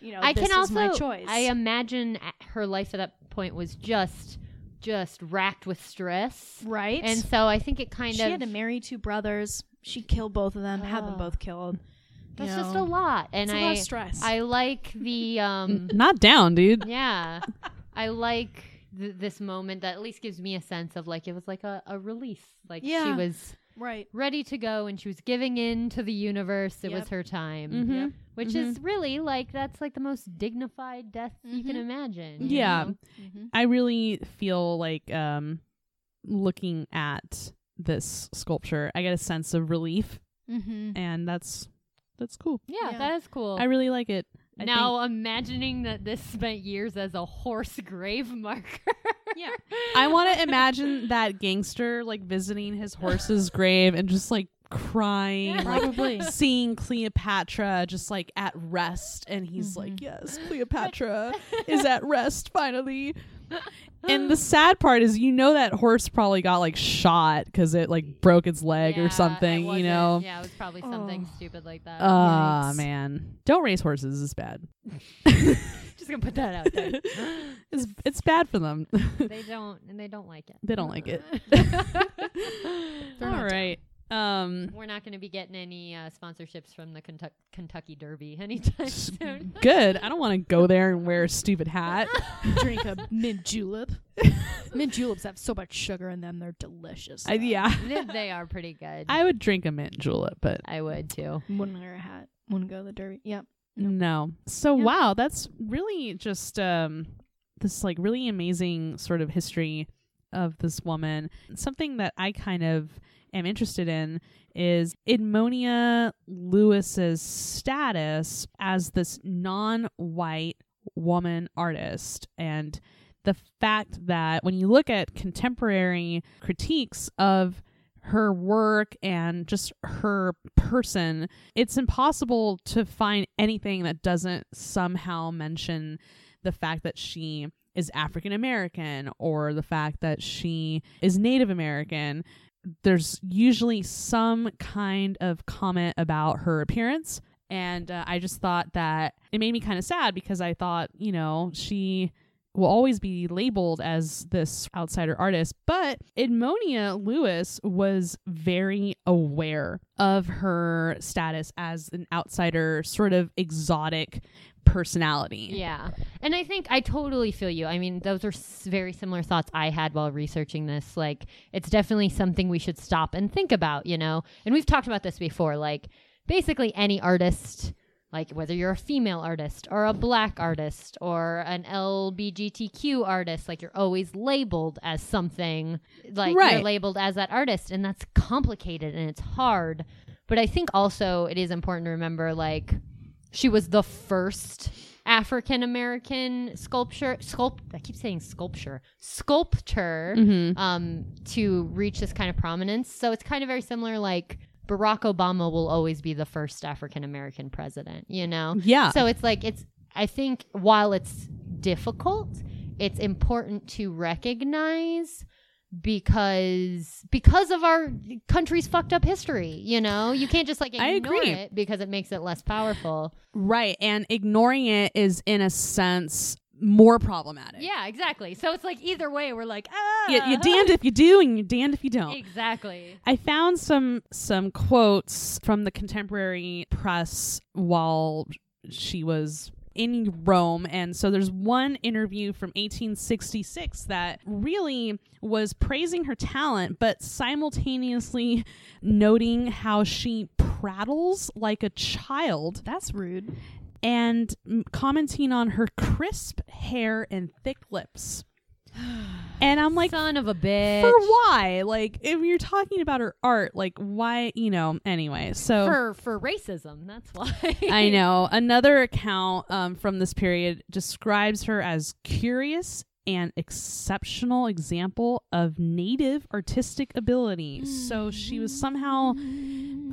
You know,
I
Oh, this
can also.
is my choice.
I imagine at- her life at that point was just, just racked with stress,
right.
and so I think it kind
she
of Ah.
had to marry two brothers. She killed both of them, had them
Ugh.
both killed.
that's
you
just
know.
a lot. And
It's a
I,
lot of stress.
I like the um,
Not down, dude.
yeah, I like th- this moment that at least gives me a sense of like it was like a, a release, like she
Yeah.
was
Right.
ready to go and she was giving in to the universe. It was
Yep. Mm-hmm.
her time.
Mhm. Yep.
Which is really like that's like the most dignified death you can
Mhm.
imagine. you
Yeah.
know?
Mm-hmm.
I really feel like um looking at this sculpture, I get a sense of relief
Mm-hmm.
and that's that's cool.
yeah,
Yeah.
that is cool.
I really like it. I
now imagining that this spent years as a horse grave marker.
Yeah.
I want to imagine that gangster like visiting his horse's grave and just like crying, like
Probably.
seeing Cleopatra just like at rest, and he's like,
Mm-hmm.
"Yes, Cleopatra is at rest finally." And the sad part is, you know, that horse probably got like shot because it like broke its leg
Yeah,
or
it
something, you
wasn't-
know. Oh.
Yeah, it was probably something stupid like that.
Ah
Yikes.
man, don't race horses; it's bad.
just gonna put that out there.
it's it's bad for them.
they don't, and they don't like it.
They don't like it.
All
All
right.
right. Um
We're not going to be getting any uh, sponsorships from the Kentuck Kentucky Derby anytime soon.
good. I don't want to go there and wear a stupid hat.
Drink a mint julep. mint juleps have so much sugar in them; they're delicious.
I, yeah.
they are pretty good. I
I would drink a mint julep, but
would too.
Wouldn't wear a hat. Wouldn't go to the derby. Yep.
No. So
Yeah.
wow, that's really just um this like really amazing sort of history of this woman. Something that I kind of am interested in is Edmonia Lewis's status as this non-white woman artist and the fact that when you look at contemporary critiques of her work and just her person, it's impossible to find anything that doesn't somehow mention the fact that she is African American or the fact that she is Native American. There's usually some kind of comment about her appearance. And uh, I just thought that it made me kind of sad because I thought, you know, she will always be labeled as this outsider artist. But Edmonia Lewis was very aware of her status as an outsider, sort of exotic personality.
Yeah. And I think I totally feel you. I mean, those are s- very similar thoughts I had while researching this. Like, it's definitely something we should stop and think about, you know? And we've talked about this before. Like, basically, any artist, like whether you're a female artist or a black artist or an LBGTQ artist, like, you're always labeled as something. Like,
Right.
you're labeled as that artist. And that's complicated and it's hard. But I think also it is important to remember, like, she was the first African American sculpture sculpt. I keep saying sculpture sculptor
Mm-hmm.
um, to reach this kind of prominence. So it's kind of very similar. Like Barack Obama will always be the first African American president. You know.
Yeah.
So it's like it's. I think while it's difficult, it's important to recognize because because of our country's fucked up history. You know, you can't just like ignore
I agree.
it because it makes it less powerful.
Right. And ignoring it is, in a sense, more problematic.
Yeah, exactly. So it's like either way, we're like, ah,
You, you're damned if you do, and you're damned if you don't.
Exactly.
I found some some quotes from the contemporary press while she was in Rome and so there's one interview from 1866 that really was praising her talent but simultaneously noting how she prattles like a child
That's rude.
and m- commenting on her crisp hair and thick lips. And I'm like
son of a bitch.
for why? Like, if you're talking about her art, like, why, you know, anyway. So,
For for racism. That's why.
I know. Another account um, from this period describes her as curious and exceptional example of native artistic ability. So she was somehow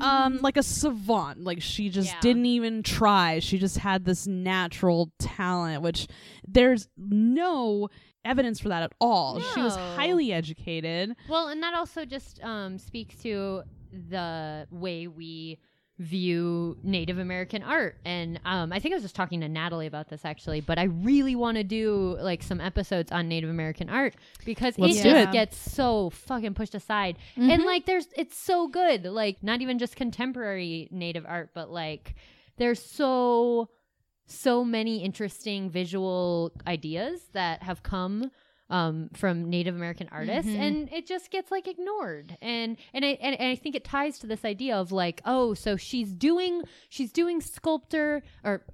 um like a savant. Like she just
Yeah.
didn't even try. She just had this natural talent which there's no evidence for that at all. She was
No.
highly educated.
Well, and that also just um, speaks to the way we view Native American art. And um, I think I was just talking to Natalie about this actually, but I really want to do like some episodes on Native American art because
Let's
it
do Mm-hmm.
just
it.
gets so fucking pushed aside. And like, there's it's so good. Like, not even just contemporary Native art, but like, there's so so many interesting visual ideas that have come um, from Native American artists, and it just gets like ignored. And and I and, and I think it ties to this idea of like, oh, so she's doing she's doing sculptor or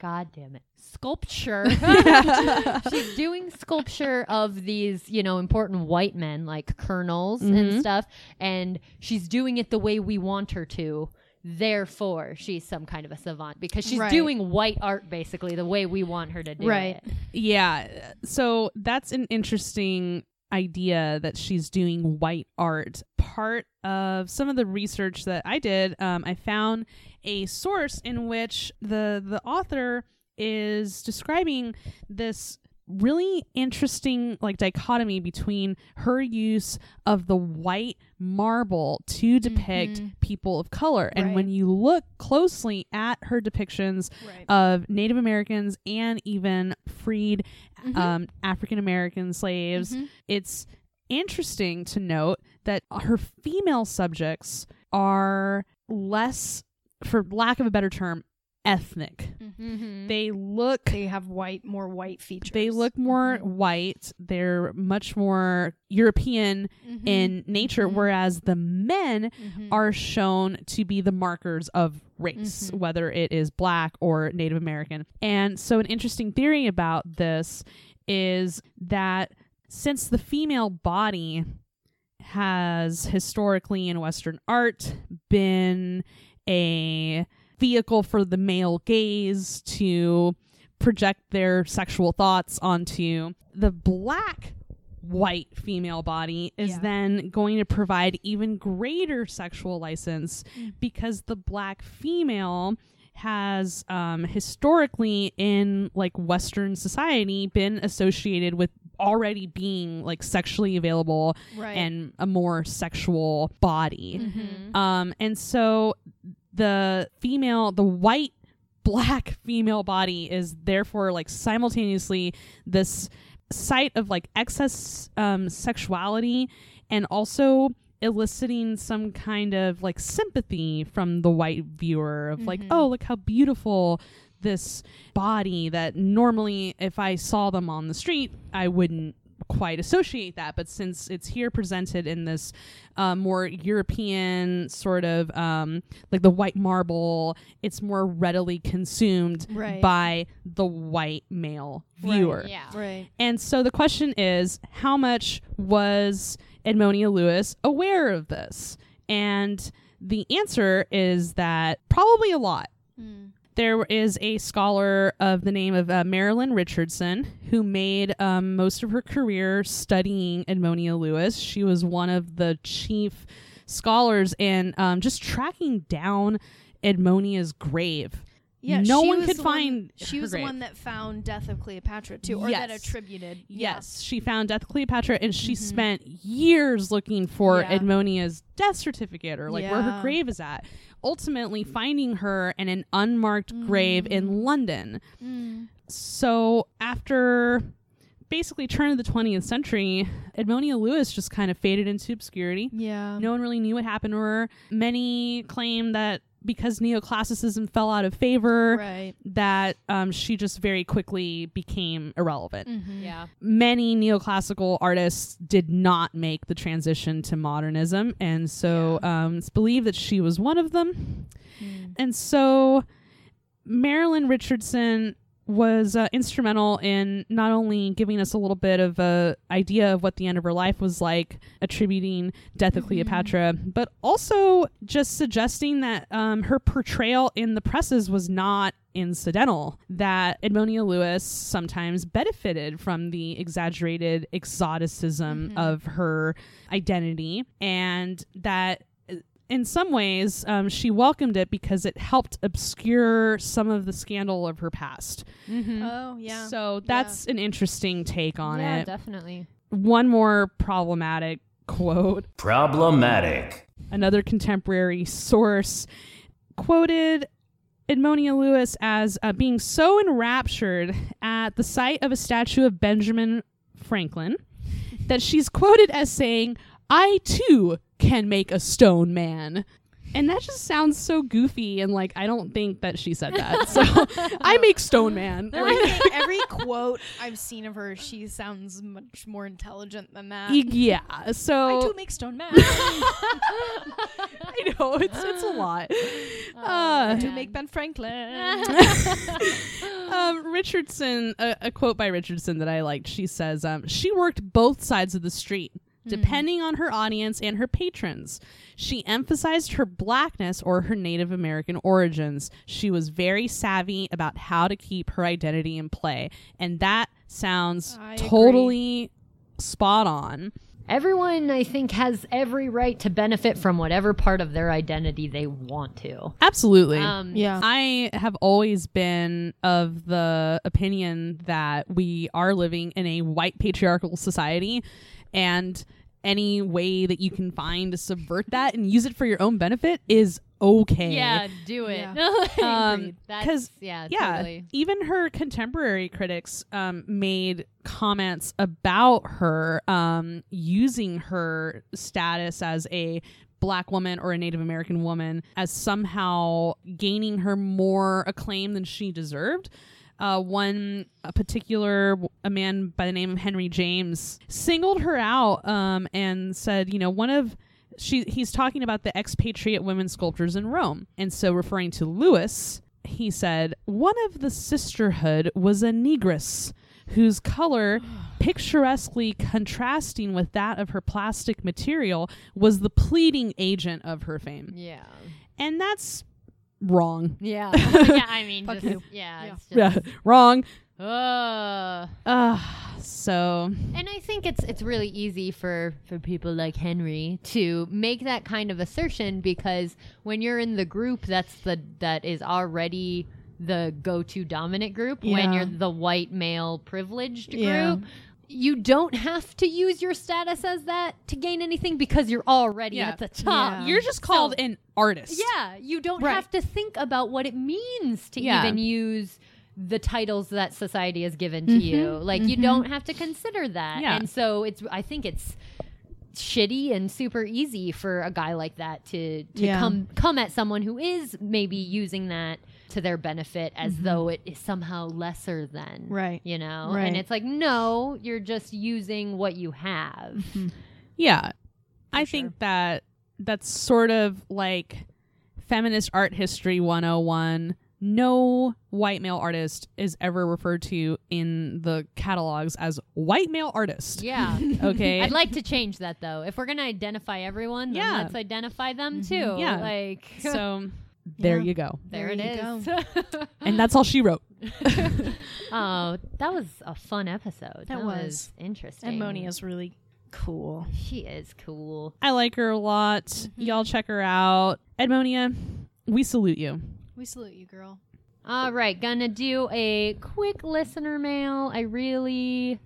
God damn it. Sculpture. She's doing sculpture of these, you know, important white men like colonels and stuff. And she's doing it the way we want her to. Therefore, she's some kind of a savant because she's
Right.
doing white art basically the way we want her to do
Right.
it.
Yeah. So that's an interesting idea that she's doing white art. Part of some of the research that I did, um, I found a source in which the the author is describing this really interesting like dichotomy between her use of the white marble to depict
Mhm.
people of color. And
Right.
when you look closely at her depictions
Right.
of Native Americans and even freed
Mhm.
um, African American slaves,
Mhm.
it's interesting to note that her female subjects are less, for lack of a better term, ethnic.
Mm-hmm.
They look
They have white, more white features. Mm-hmm.
they look more white. They're much more European
Mhm.
in nature,
Mhm.
whereas the men
Mhm.
are shown to be the markers of race,
Mhm.
whether it is black or Native American. And so, an interesting theory about this is that since the female body has historically in Western art been a vehicle for the male gaze to project their sexual thoughts onto the black white female body is
Yeah.
then going to provide even greater sexual license because the black female has um, historically in like western society been associated with already being like sexually available
right.
and a more sexual body
Mhm.
um, and so the female, the white black female body is therefore like simultaneously this site of like excess um, sexuality and also eliciting some kind of like sympathy from the white viewer of like,
Mm-hmm.
oh, look how beautiful this body that normally if I saw them on the street, I wouldn't quite associate that. But since it's here presented in this uh, more European sort of um, like the white marble, it's more readily consumed
Right.
by the white male viewer.
Yeah.
right.
And so the question is how much was Edmonia Lewis aware of this? And the answer is that probably a lot.
Mm.
There is a scholar of the name of uh, Marilyn Richardson who made um, most of her career studying Edmonia Lewis. She was one of the chief scholars in um, just tracking down Edmonia's grave. no
she
one
was
could
the
find.
she
her
was the
grave.
one that found death of Cleopatra too, or that
Yes.
attributed.
Yes, she found Death Cleopatra, and she spent years looking for
Mm-hmm. Yeah.
Edmonia's death certificate or like where her
Yeah.
grave is at. Ultimately, finding her in an unmarked grave
Mm-hmm.
in London.
Mm.
So after basically turn of the 20th century, Edmonia Lewis just kind of faded into obscurity.
Yeah.
No one really knew what happened to her. Many claim that because neoclassicism fell out of favor,
Right.
that um, she just very quickly became irrelevant
Mm-hmm. Yeah.
many neoclassical artists did not make the transition to modernism and so um, it's believed that she was one of them and so marilyn richardson was uh, instrumental in not only giving us a little bit of a idea of what the end of her life was like attributing death of cleopatra but also just suggesting that um, her portrayal in the presses was not incidental that Edmonia Lewis sometimes benefited from the exaggerated exoticism of her identity, and that uh, in some ways um, she welcomed it because it helped obscure some of the scandal of her past.
Oh yeah.
Mm. So that's an interesting take on
yeah,
it.
definitely.
One more problematic quote
Problematic.
another contemporary source quoted Edmonia Lewis as uh, being so enraptured at the sight of a statue of Benjamin Franklin that she's quoted as saying, I too can make a stone man. And that just sounds so goofy. And like, I don't think that she said that. So I make stone man. Like,
I think every quote I've seen of her, she sounds much more intelligent than that.
e-, yeah. So
I do make stone man. I
I know it's, it's a lot. Uh,
do make Ben Franklin.
um, Richardson, a, a quote by Richardson that I liked. She says, um, "She worked both sides of the street, depending on her audience and her patrons. She emphasized her blackness or her Native American origins. She was very savvy about how to keep her identity in play, and that sounds
I agree.
totally spot on."
Everyone, I think, has every right to benefit from whatever part of their identity they want to.
Absolutely.
Um,
Yeah.
I have always been of the opinion that we are living in a white patriarchal society and any way that you can find to subvert that and use it for your own benefit is okay.
Yeah, do it.
Yeah.
Um,
That's-
'cause-
yeah,
yeah.
totally.
Even her contemporary critics um, made comments about her um, using her status as a black woman or a Native American woman as somehow gaining her more acclaim than she deserved. Uh, one a particular a man by the name of Henry James singled her out um, and said, you know, one of she he's talking about the expatriate women sculptors in Rome. And so referring to Lewis, he said, "One of the sisterhood was a negress whose color picturesquely contrasting with that of her plastic material was the pleading agent of her fame."
Yeah.
And that's wrong.
Yeah. yeah, I mean,
Fuck
just,
you.
yeah,
Yeah.
it's just,
Yeah, wrong.
Ugh.
Uh, so
And I think it's it's really easy for for people like Henry to make that kind of assertion because when you're in the group that's the that is already the go-to dominant group when
Yeah.
you're the white male privileged group
Yeah.
you don't have to use your status as that to gain anything because you're already
Yeah.
at the top.
Yeah.
you're just called an artist.
Yeah, you don't
Right.
have to think about what it means to
Yeah.
even use the titles that society has given to you. Like you don't have to consider that.
Yeah.
And so it's I think it's shitty and super easy for a guy like that to to
Yeah.
come come at someone who is maybe using that to their benefit as though it is somehow lesser than.
Right.
You know?
Right.
And it's like, no, you're just using what you have.
Yeah. I think that that's sort of like feminist art history 101. No white male artist is ever referred to in the catalogs as white male artist.
Yeah.
Okay.
I'd like to change that though. If we're gonna identify everyone, then
Yeah. Mm-hmm.
let's identify them too.
Yeah.
Like
so there
Yeah.
you go.
there,
There
it is.
you
And that's all she wrote.
oh, that was a fun episode. That, was.
was.
interesting.
And Moni is really cool.
She is cool.
I like her a lot.
Mm-hmm.
Y'all check her out. Edmonia, we salute you.
We salute you, girl.
All right, gonna do a quick listener mail. I really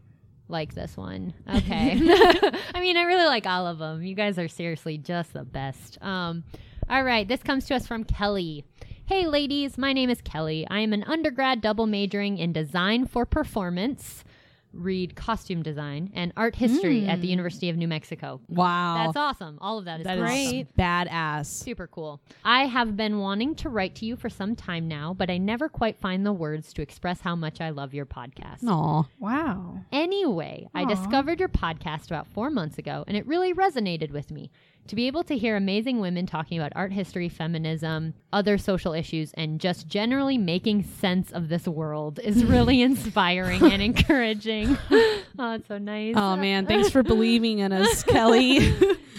like this one. Okay. I mean, I really like all of them. You guys are seriously just the best. Um, all right, this comes to us from Kelly. Hey, ladies, my name is Kelly. I am an undergrad double majoring in design for performance, read costume design, and art history at the University of New Mexico.
Hmm. Wow.
That's awesome. All of that is
That is
great.
badass.
Super cool. I have been wanting to write to you for some time now, but I never quite find the words to express how much I love your podcast.
Aw.
Wow.
Anyway, I discovered your podcast about four months ago, and it really resonated with me. To be able to hear amazing women talking about art history, feminism, other social issues, and just generally making sense of this world is really inspiring and encouraging. oh, it's so nice.
Oh man, thanks for believing in us, Kelly.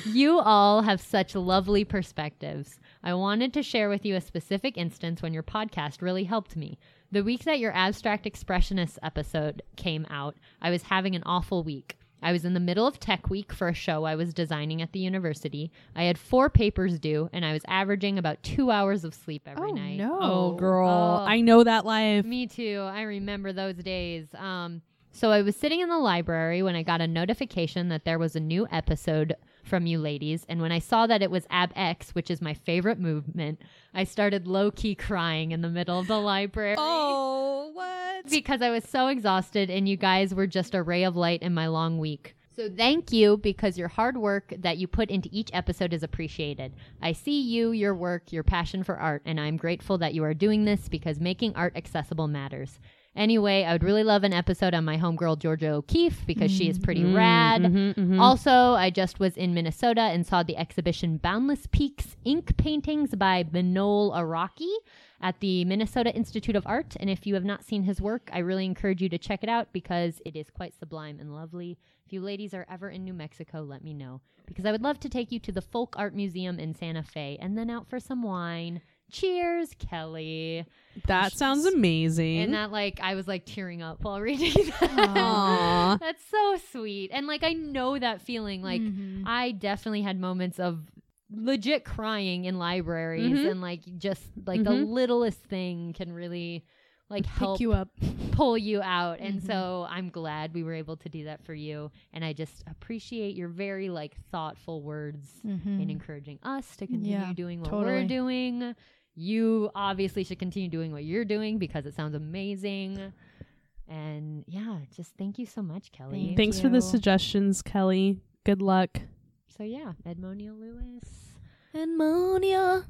You all have such lovely perspectives. I wanted to share with you a specific instance when your podcast really helped me. The week that your abstract expressionist episode came out, I was having an awful week. I was in the middle of tech week for a show I was designing at the university. I had four papers due, and I was averaging about two hours of sleep every night.
Oh, girl.
Oh.
I know that life.
Me too. I remember those days. Um, so I was sitting in the library when I got a notification that there was a new episode from you ladies, and when I saw that it was Ab X, which is my favorite movement, I started low key crying in the middle of the library.
Oh, what?
Because I was so exhausted, and you guys were just a ray of light in my long week. So, thank you because your hard work that you put into each episode is appreciated. I see you, your work, your passion for art, and I'm grateful that you are doing this because making art accessible matters. Anyway, I would really love an episode on my homegirl, Georgia O'Keeffe, because she is pretty rad. Also, I just was in Minnesota and saw the exhibition Boundless Peaks Ink Paintings by Benol Araki at the Minnesota Institute of Art. And if you have not seen his work, I really encourage you to check it out because it is quite sublime and lovely. If you ladies are ever in New Mexico, let me know because I would love to take you to the Folk Art Museum in Santa Fe and then out for some wine. Cheers, Kelly.
That sounds amazing.
And uh, that like I was like tearing up while reading that.
Aw.
That's so sweet. And like I know that feeling. Like
Mm-hmm.
I definitely had moments of legit crying in libraries
Mm-hmm.
Mhm.
and like just like the
Mhm.
littlest thing can really like help
Pick you up.
pull you out. And
Mhm.
so I'm glad we were able to do that for you. And I just appreciate your very like thoughtful words
Mm-hmm.
and encouraging us to continue
Mm. Yeah,
doing what
totally.
we're doing. You obviously should continue doing what you're doing because it sounds amazing. And yeah, just thank you so much, Kelly.
Thank
Thanks for the
you.
suggestions, Kelly. Good luck.
So yeah, Edmonia Lewis.
Ammonia.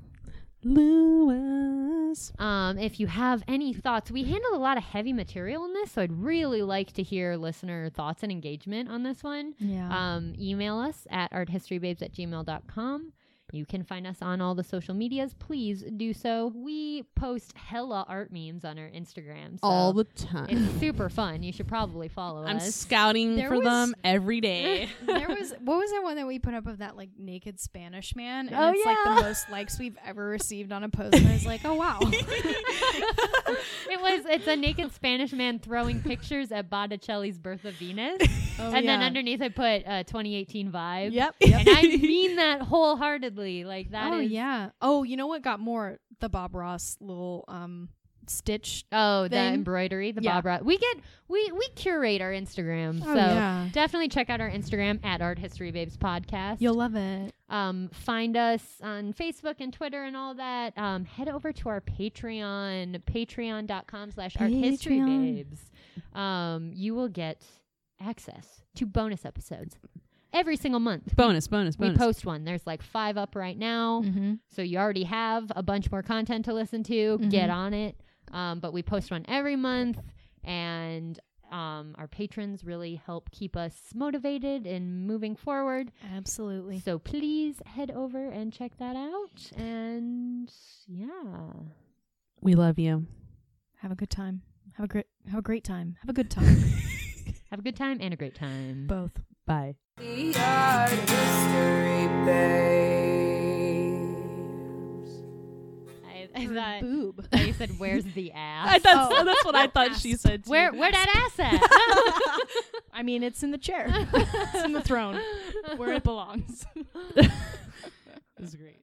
Lewis.
Um, if you have any thoughts, we handle a lot of heavy material in this, so I'd really like to hear listener thoughts and engagement on this one.
Yeah.
Um, email us at arthistorybabes at gmail.com. You can find us on all the social medias. Please do so. We post hella art memes on our Instagram. So
All the time.
it's super fun. You should probably follow
I'm
us.
scouting
There
for
was-
them every day.
there was what was that one that we put up of that like naked Spanish man? And
Oh,
it's like
yeah.
the most likes we've ever received on a post. And I was like, oh wow. Oh,
it was it's a naked Spanish man throwing pictures at Botticelli's Birth of Venus.
Oh,
and then
yeah.
underneath I put uh, 2018 vibe.
Yep.
And I mean that wholeheartedly. Like that
oh
is-
yeah. Oh, you know what got more? The Bob Ross little um stitch.
Oh, the
thing.
embroidery, the
Yeah. Oh,
Bob Ross. We get we we curate our Instagram. so definitely check out our Instagram at Art History Babes Podcast.
You'll love it.
um, find us on Facebook and Twitter and all that. Um, head over to our Patreon, patreon.com slash art history
Patreon.
babes. Um, you will get access to bonus episodes every single month.
bonus, bonus,
We
bonus.
post one. There's like five up right now.
Mm-hmm.
So you already have a bunch more content to listen to. Get
Mm-hmm.
on it. Um, but we post one every month, and um, our patrons really help keep us motivated and moving forward.
Absolutely.
So please head over and check that out. And yeah,
we love you.
Have a good time. Have a great. Have a great time. Have a good time.
have a good time and a great time.
Both.
Bye.
We are history babes.
I, I thought
Boob.
I thought you said, "Where's the ass?"
I, that's, that's what I thought she said. Too.
where where that ass at?
I mean, it's in the chair. it's in the throne where it belongs.
This is great.